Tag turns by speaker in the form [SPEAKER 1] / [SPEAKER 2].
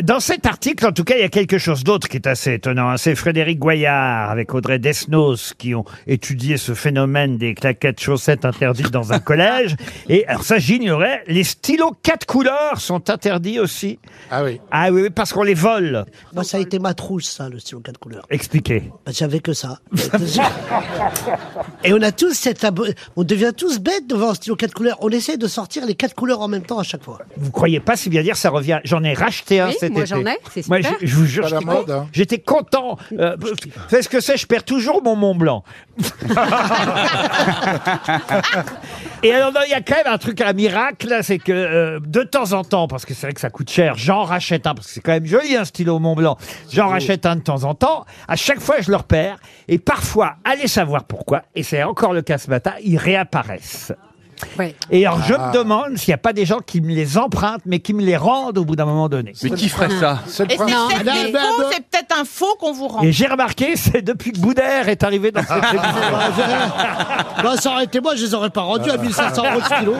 [SPEAKER 1] Dans cet article, en tout cas, il y a quelque chose d'autre qui est assez étonnant. hein. C'est Frédéric Goyard avec Audrey Desnos qui ont étudié ce phénomène des claquettes chaussettes interdites dans un collège. Et alors ça, j'ignorais, les stylos quatre couleurs sont interdits aussi.
[SPEAKER 2] Ah oui.
[SPEAKER 1] Ah oui, oui, parce qu'on les vole.
[SPEAKER 3] Moi, ça a été ma trousse, ça, le stylo 4 couleurs.
[SPEAKER 1] Expliquez.
[SPEAKER 3] Bah, J'avais que ça. Et on a tous cette. abo- On devient tous bêtes devant un stylo 4 couleurs. On essaie de sortir les quatre couleurs en même temps à chaque fois.
[SPEAKER 1] Vous croyez pas si bien dire, ça revient. J'en ai racheté un
[SPEAKER 4] Oui,
[SPEAKER 1] cet
[SPEAKER 4] moi,
[SPEAKER 1] été.
[SPEAKER 4] j'en ai, c'est
[SPEAKER 1] Moi,
[SPEAKER 4] super.
[SPEAKER 1] je, je vous jure,
[SPEAKER 2] Pas la
[SPEAKER 1] j'étais
[SPEAKER 2] mode,
[SPEAKER 1] con-
[SPEAKER 2] hein.
[SPEAKER 1] j'étais content. Euh, vous savez ce que c'est Je perds toujours mon Mont Blanc. Et alors, non, il y a quand même un truc, un miracle, là, c'est que euh, de temps en temps, parce que c'est vrai que ça coûte cher, j'en rachète un, parce que c'est quand même joli un stylo Mont Blanc. J'en rachète un de temps en temps. À chaque fois, je le repère. Et parfois, allez savoir pourquoi, et c'est encore le cas ce matin, ils réapparaissent.
[SPEAKER 4] Ouais.
[SPEAKER 1] Et alors, je me demande s'il n'y a pas des gens qui me les empruntent, mais qui me les rendent au bout d'un moment donné.
[SPEAKER 5] Mais qui ferait ça
[SPEAKER 2] C'est le
[SPEAKER 6] Et c'est
[SPEAKER 2] principe.
[SPEAKER 6] peut-être
[SPEAKER 2] Non,
[SPEAKER 6] des
[SPEAKER 2] non,
[SPEAKER 6] faux,
[SPEAKER 2] non.
[SPEAKER 6] c'est peut-être un faux qu'on vous rend.
[SPEAKER 1] Et j'ai remarqué, c'est depuis que Boudère est arrivé dans cette émission.
[SPEAKER 3] Bah, ça aurait été moi, je les aurais pas rendus à 1500 euros le stylo.